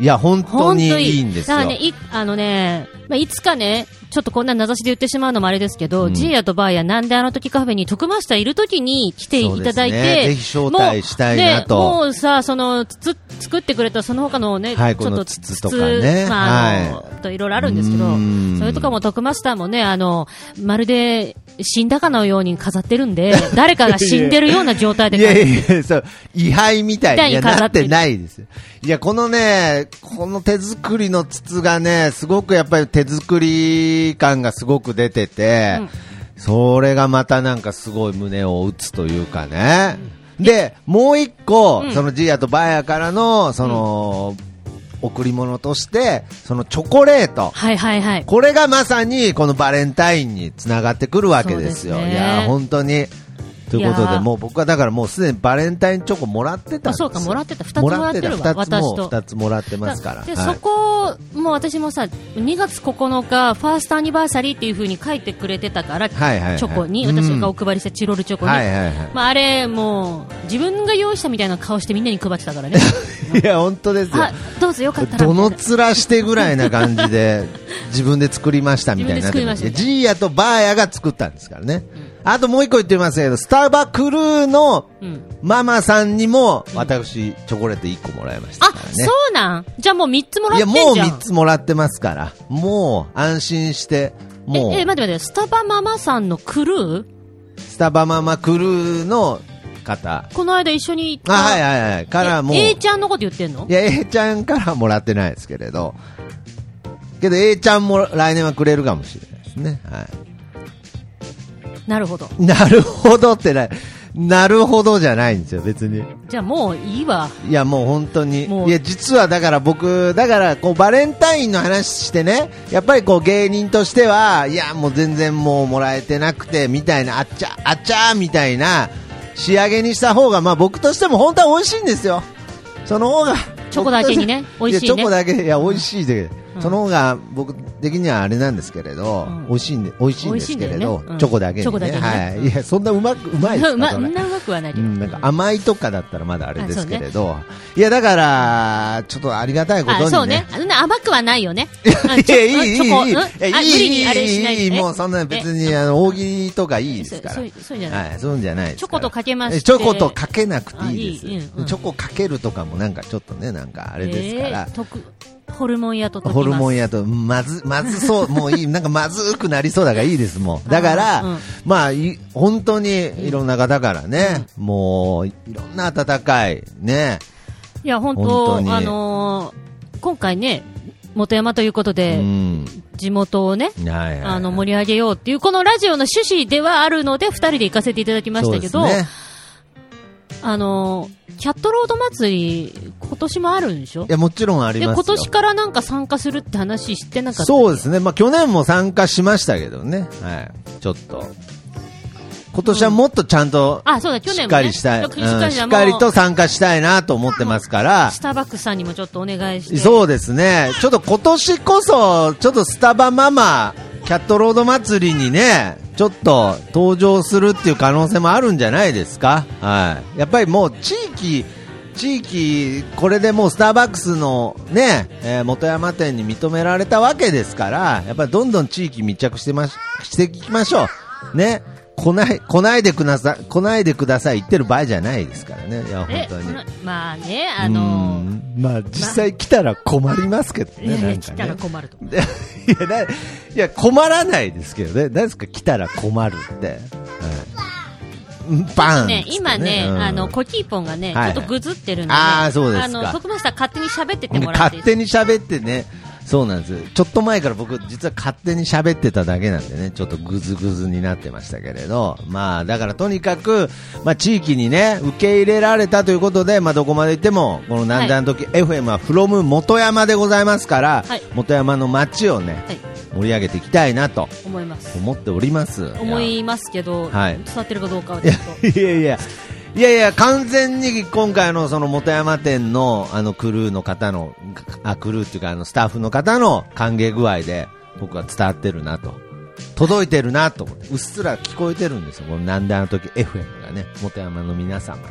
C: いや、本当
A: 本当
C: に
A: いい
C: いいんですよ。
A: だからねいあのね、まあ、いつかねちょっとこんな名指しで言ってしまうのもあれですけど、
C: うん
A: ジーヤとバーヤなんであの時カフェに徳マスターいる時に来ていただい
C: そうですね
A: て、
C: ぜひ招待したいなと
A: もう,、ね、もうさそのつつ作ってくれたその他のね、
C: はい
A: ちょっ
C: この
A: と
C: つつとかね
A: つまああの
C: は
A: といろいろあるんですけど
C: うん
A: それとかも徳マスターもねあのまるで死んだかのように飾ってるん で誰かが死んでるような状態で
C: いやいやいや、そう、位牌みたいにいや
A: みたいに
C: な
A: 飾
C: っ
A: って
C: て
A: る
C: ないですよ。いや、このね、この手作りの筒がね、すごくやっぱり手作り感がすごく出てて、それがまたなんかすごい胸を打つというかね。で、もう一個、そのジーヤとバーヤからの、その、贈り物として、そのチョコレート。
A: はいはいはい
C: これがまさにこのバレンタインにつながってくるわけですよ。
A: そうですね
C: いやー本当にということ
A: いや
C: で、
A: ー
C: もう僕はだからもうすでにバレンタインチョコもらってたんです
A: あそ
C: よ
A: うかもらってた二つもらってるわ
C: もらってた二つも
A: 私と
C: 二つもらってますから。
A: で、
C: はい
A: そこもう私もさ2月9日ファーストアニバーサリーっていう風に書いてくれてたから、
C: はいはいはい
A: チョコに
C: うん
A: 私がお配りしたチロルチョコに、
C: はいはいは
A: まあ、あれもう自分が用意したみたいな顔してみんなに配ってたからね
C: い。いや、本当ですよ。
A: あどうぞよかったら
C: どの
A: みたいな
C: 面してぐらいな感じで自分で作りましたみたいになってま
A: 自
C: す
A: 分で作りました
C: ジーヤとバーヤが作ったんですからね、あともう一個言ってますけどスタバクルーの
A: うん
C: ママさんにも私、チョコレート1個もらいました
A: あ
C: からね
A: そうなんじゃあもう3つもらっ
C: い
A: て
C: や、
A: ん
C: も
A: じゃん
C: う3つもらってますから。もう、安心して、もう、
A: ええ待って待ってスタバママさんのクルー
C: スタバママクルーの方。
A: この間一緒に行っ
C: あ、
A: た
C: はいはいはい。からもう、
A: え A
C: い
A: ちゃんのこと言ってんの
C: や、A ちゃんからもらってないですけれど。けど、A ちゃんも来年はくれるかもしれないですね。は
A: なるほど
C: い。なるほどってな、なるほどじゃないんですよ、別に。
A: じゃあもういいわ
C: いやもう本当に
A: もう
C: いや実はだから僕だからこうバレンタインの話してねやっぱりこう芸人としてはいやもう全然もうもらえてなくてみたいなあっちゃあっちゃみたいな仕上げにした方がまあ僕としても本当は美味しいんですよその方が
A: チョコだけにね
C: 僕として
A: 美味しいね
C: やチョコだけいや美味しいで、その方が僕的にはあれなんですけれど、
A: うん
C: 美味しいんで美味しいんですけれ
A: 美味しいんだ
C: ど、
A: よねうん
C: チョコだけに、ね、
A: チョコだけにね
C: はい、いやそんなうまくうまいです
A: う ま
C: か
A: そ
C: それ
A: んなうまくはないけ
C: う
A: ど、
C: ん、なんか甘いとかだったらまだあれですけれど、いやだからちょっとありがたいことに、ね、
A: あそうねそんな甘くはないよねい
C: いや、いい、いい、いい、いい、いい、
A: あ無理にあれしない
C: い
A: で
C: い、いい、
A: ね
C: もうそんな別に、あの、大喜利とかいいですから。
A: そうそうそういうんじゃない
C: はい、そういうんじゃないですら
A: チョコとかけまして
C: チョコとかけなくていい
A: あいい
C: です。
A: うんうん
C: チョコかけるとかもなんかちょっとね、なんかあれですから。
A: えー特ホルモン屋と解きます
C: ホルモンやと、まず、まずそう、もういい、なんかまずくなりそうだからいいですもん。だから、
A: あーうん
C: まあ、い本当にいろんな方からね、もう、いろんな温かい、ね、
A: いや本当
C: 本当に
A: あのー今回ね元山ということで、
C: うん。
A: 地元をね
C: はいはいはい
A: あの盛り上げようっていうこのラジオの趣旨ではあるので2人で行かせていただきましたけど、
C: そうですね
A: あのーキャットロード祭り今年もあるんでしょ
C: いや、もちろんあり
A: で
C: ますよ。
A: 今年からなんか参加するって話知ってなかった
C: そうですね、まあ、去年も参加しましたけどね、はい、ちょっと、今年はもっとちゃんと、
A: あそうだ去
C: し
A: 年も、ね、
C: っかりしたい、
A: しっか
C: うん
A: り
C: し
A: だ
C: っかり
A: も
C: と
A: う
C: 参加したいなと思ってますから
A: ス、ターバックスさんにもちょっとお願いして
C: そうですね、ちょっと今年こそ、ちょっとスタバママ、キャットロード祭りにね、ちょっと登場するっていう可能性もあるんじゃないですか、はい、やっぱりもう地域、地域、これでもうスターバックスのね、えー元山店に認められたわけですから、やっぱりどんどん地域密着してまし、していきましょう。ね。来ない、来ないでください、来ないでください言ってる場合じゃないですからね。いや、本
A: え
C: 当
A: こ
C: に
A: の。まあねあのー
C: うんまあ実際来たら困りますけど
A: いや
C: ね、
A: い
C: な
A: や
C: ん
A: 来
C: か
A: た
C: ね
A: ら。困ると。
C: いやだいや困らないですけどね、何ですか、来たら困るって、はい、バン
A: ね、今ね、
C: うん
A: あの、コキーポンがね、
C: はい
A: ちょっとぐずってるんで、ね、
C: あーそうですか
A: あの、徳松さん勝手に喋っててもらっていい
C: 勝手に喋ってね、そうなんですよ、ちょっと前から僕、実は勝手に喋ってただけなんでね、ちょっとぐずぐずになってましたけれど、まあだからとにかく、まあ、地域にね、受け入れられたということで、まあ、どこまで行っても、この南端の時、FM は from 元山でございますから、
A: はい
C: 元山の街をね、
A: はい、
C: 盛り上げていきたいなと
A: 思います。
C: 思っております。
A: 思いますけど、
C: はい
A: 伝わってるかどうかはち
C: い
A: ょ
C: や
A: っと。
C: いやいやいやいや完全に今回のその元山店のあのクルーの方のあクルーっていうかあのスタッフの方の歓迎具合で僕は伝わってるなと届いてるなと思ってうっすら聞こえてるんですよこのなんであの時 FM がね元山の皆様に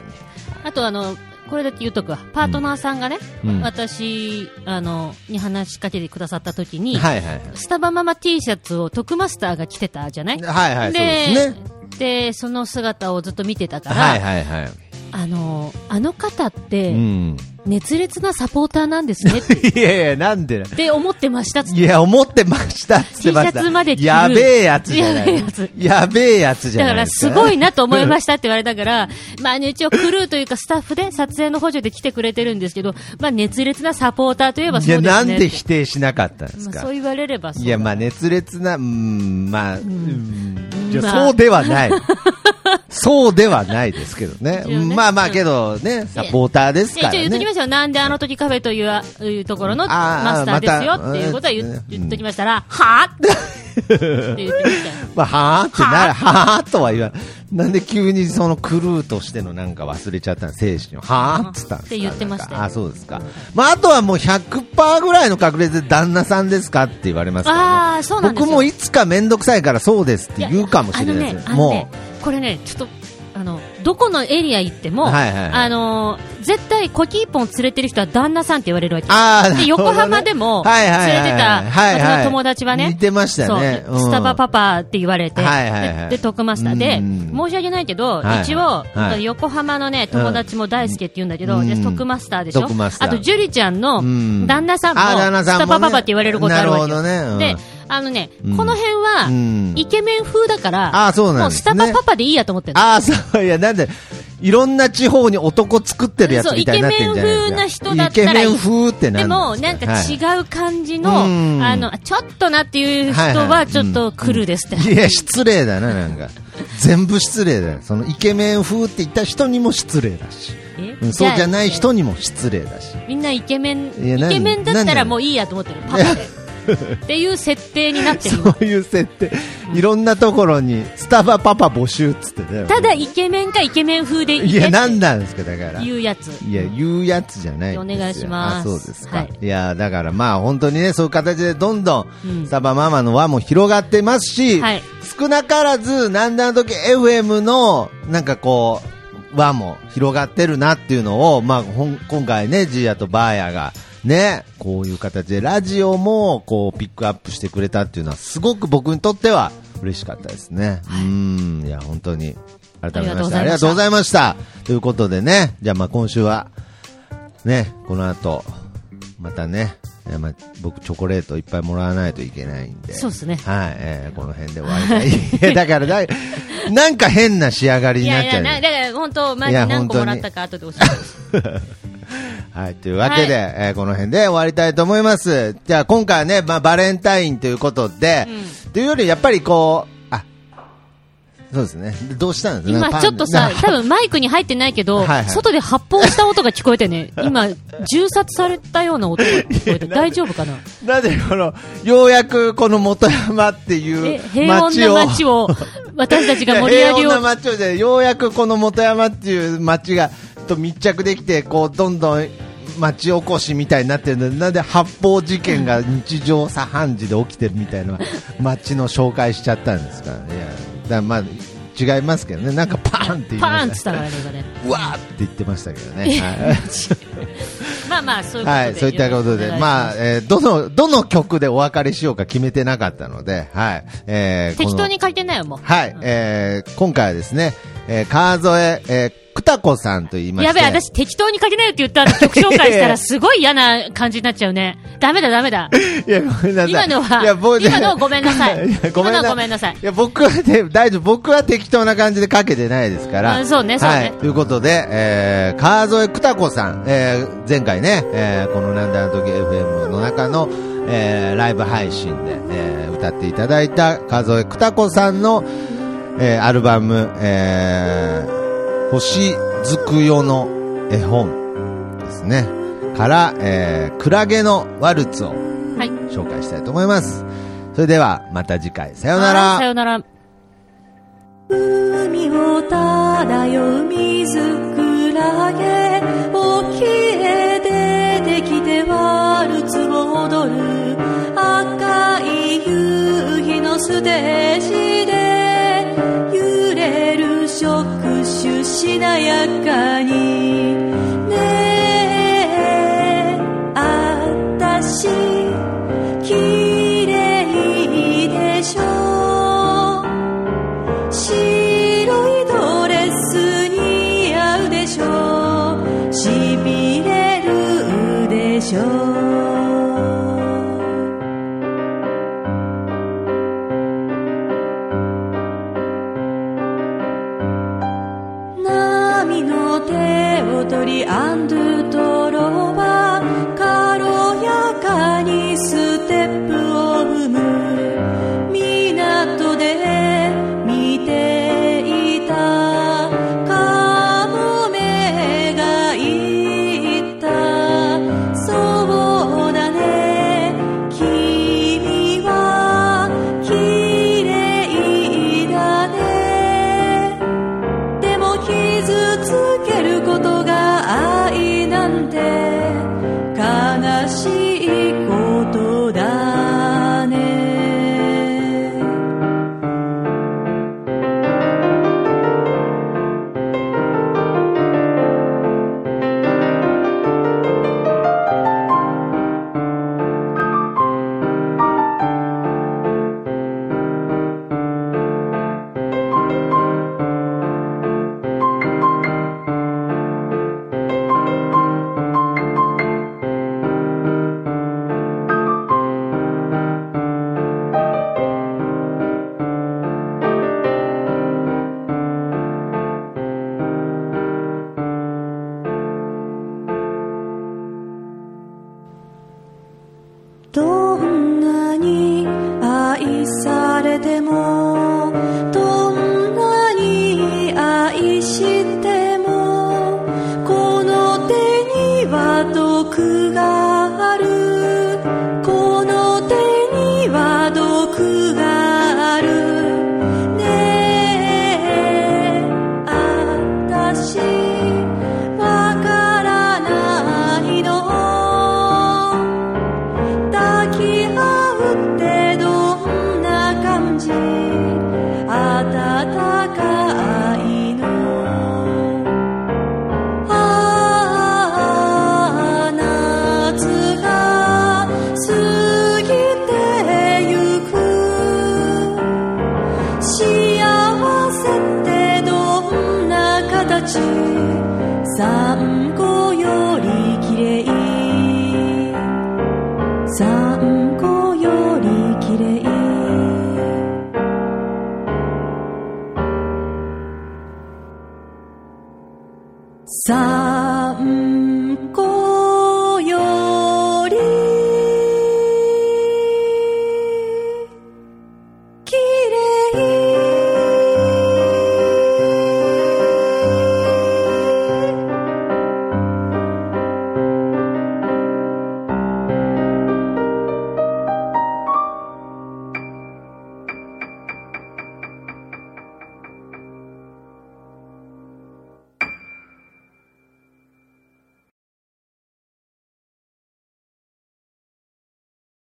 A: あと、あの、これだけ言うとくわ。パートナーさんがね、
C: うん
A: 私、あの、に話しかけてくださった時に、
C: はいはいはい
A: スタバママ T シャツを徳マスターが着てたじゃない
C: はいはいそうですね
A: で、その姿をずっと見てたから、
C: はいはいはい
A: あの、あの方って
C: う、ん
A: 熱烈なサポーターなんですねって
C: いやいやなんでな
A: って思ってましたっつって
C: いや、思ってましたっつってました。
A: T シャツまで着る
C: やべえやつじゃ
A: や
C: ない。
A: べえやつ
C: やべえやつじ
A: だ
C: ゃな
A: か
C: い
A: ら、
C: です
A: す
C: か
A: ごいなと思いましたって言われたから、まあね、一応クルーというかスタッフで撮影の補助で来てくれてるんですけど、まあ熱烈なサポーターといえばそう
C: い
A: で
C: や、
A: すね。
C: なんで否定しなかったんです
A: まあ
C: か。
A: そう言われればそう。
C: いや、まあ、熱烈な、うーん、まあ、うーん、いや
A: まあ
C: そうでは ない。そうではないですけどね。
A: 一応ね
C: まあまあ、
A: うん
C: けどね、サポーターです
A: いや
C: から
A: 一応言っときましたよ。
C: ね。
A: なんであの時カフェというあいうところの
C: あー
A: マスターですよ
C: また
A: っていうことは
C: うん
A: 言言っときましたら、はぁって言ってまし たよ。
C: まあ、はーってなる、はーとは言わない。なんで急にそのクルーとしてのなんか忘れちゃったの精神を。はーって言ったんですか
A: って言ってましたよ
C: なんかあ、そうですか。まあ、あとはもう100%ぐらいの確率で旦那さんですかって言われますからね。
A: あーそうなんですよ
C: 僕もいつかめんどくさいからそうですって言うかもしれないです
A: あのね、あのね
C: も
A: これね、ちょっと、あの、どこのエリア行っても、
C: はいはいはい
A: あのー、絶対コキーポン連れてる人は旦那さんって言われるわけ。
C: あーなるほどね
A: で、横浜でも、
C: は
A: 連
C: い
A: れ
C: はいはい
A: てた、
C: はいはい
A: 私の友達はね、
C: 似てましたよね
A: そう
C: うん
A: スタバパパって言われて、
C: はいはいはい
A: で、徳マスターで、
C: うん
A: 申し訳ないけど、
C: はい
A: 一応、
C: はい
A: 横浜のね、友達も大輔って言うんだけど、
C: うん
A: で徳マスターでしょ
C: 徳マスター
A: あと、ジュリちゃんの
C: うん
A: 旦那さんも、
C: あ旦那さんもね
A: スタバパパって言われることあるわけよ。
C: なるほどねう
A: で
C: ん、
A: あのね、
C: うん
A: この辺は、
C: うん
A: イケメン風だから、
C: あそうなんですね
A: もうスタバパパでいいやと思ってるの
C: ああ、そう、いや、なんで、いろんな地方に男作ってるやつみたいになってんじゃないですか。
A: そうイケメン風な人だったらいい
C: イケメン風ってな
A: で
C: ん
A: も、
C: な
A: なんん
C: です
A: か違う感じの、
C: うん
A: あの、ちょっとなっていう人
C: はいはい
A: は、ちょっと来るですって。
C: はい、いや、失礼だな、なんか。全部失礼だよ。そのイケメン風って言った人にも失礼だし。
A: え
C: うんそうじゃない人にも失礼だし。
A: みんなイケメン、
C: いや
A: イ
C: なん
A: ケメンだったらもういいやと思ってる。パパで。っていう設定になってる
C: そういう設定、いろんなところにスタバパパ募集っつってね、
A: ただイケメンかイケメン風でい
C: い
A: け
C: や、
A: っ
C: なん
A: て
C: なんですか、だから、
A: い
C: いう
A: やつ
C: や、言うやつじゃないんですよ
A: お願いします
C: あそうですか、
A: はいい、
C: や、だからまあ、本当にね、そういう形でどんどん、
A: うん
C: スタバママの輪も広がってますし、
A: はい
C: 少なからず、なんだの時 FM の、なんかこう、輪も広がってるなっていうのを、まあ、ほん今回ね、ジーヤとバーヤが、ね、こういう形でラジオもこうピックアップしてくれたっていうのはすごく僕にとっては嬉しかったですね。うん、いや本当に改めましてあ
A: あり
C: り
A: がと
C: がとう
A: う
C: ご
A: ご
C: ざいました。ということでね、じゃあまあ今週はね、この後、またね、えーまあ、僕チョコレートいっぱいもらわないといけないんで。
A: そうっすね
C: はい、えーこの辺で終わりたい。い やだからだ、なんか変な仕上がり
A: い
C: にな
A: や
C: っ
A: い
C: ちゃ
A: や
C: うね
A: なだから本当マジ
C: いや
A: 何
C: 本
A: 個
C: 当に
A: もらったか後で教 えてほしい
C: はい、というわけで、えーこの辺で終わりたいと思います。じゃあ今回はね、まあ、バレンタインということで、というよりやっぱりこう、あ、そうですね。どうしたんですか
A: 今ちょっと さ、多分マイクに入ってないけど、
C: はいはい
A: 外で発砲した音が聞こえて ね、今、銃殺されたような音が聞こえて、大丈夫かな
C: なぜこの、ようやくこの元山っていう
A: え平
C: 町
A: 穏
C: を。
A: な街を、私たちが盛り上げ
C: いや平
A: よ
C: 穏
A: う
C: な街をじゃないようやくこの元山っていう街が、と密着できて、こう、どんどん、町おこしみたいになってるので、なんで発砲事件が日常茶飯事で起きてるみたいな街の紹介しちゃったんですからね。いや、だからまあ、違いますけどね。なんかパーンって言い
A: パ
C: ま
A: ーンっ
C: してた
A: たからね、今ね。
C: うわーって言ってましたけど ね。はい
A: まあまあ、そういうことで。
C: はい、そういったことで、
A: ま
C: まあ、えーどの、どの曲でお別れしようか決めてなかったので、はい、えー
A: 適当。
C: こ
A: に書いてないよ、もう。
C: のはい、えー今回はですね、えー川添、えー、くたこさんと言いまして。
A: やべえ、私適当に書けないよって言ったら曲紹介したらすごい嫌な感じになっちゃうね。ダメだ、ダメだ。
C: いや、ごめんなさい。
A: 今のはい
C: や僕
A: 今のごめんなさ い
C: やごめんな
A: 今のはごめんなさい
C: いや、僕はね、大丈夫。僕は適当な感じで書けてないですから。
A: あそうねそうね
C: はい。ということで、えー、川添久多子さん、えー、前回ね、えー、このなんだの時 FM の中の、えー、ライブ配信で、えー、歌っていただいた川添久多子さんの、えー、アルバム、えー、星づくよの絵本ですね。から、えー、クラゲのワルツを
A: はい。
C: 紹介したいと思います。それでは、また次回、さような
A: あー
C: ら
A: さ。よなら。
D: 海を漂う水クラゲ沖へ出てきてワルツを踊る赤い夕日のステージで揺れる触手しなやかにねえあたし綺麗でしょ白いドレス似合うでしょうしびれるでしょう波の手を取りアンドゥトロは軽やかにステップを踏む港で見ていたカモメが言ったそうだね君は綺麗だねでも傷つけることが愛幸せってどんな形三個より綺麗三個より綺麗さあ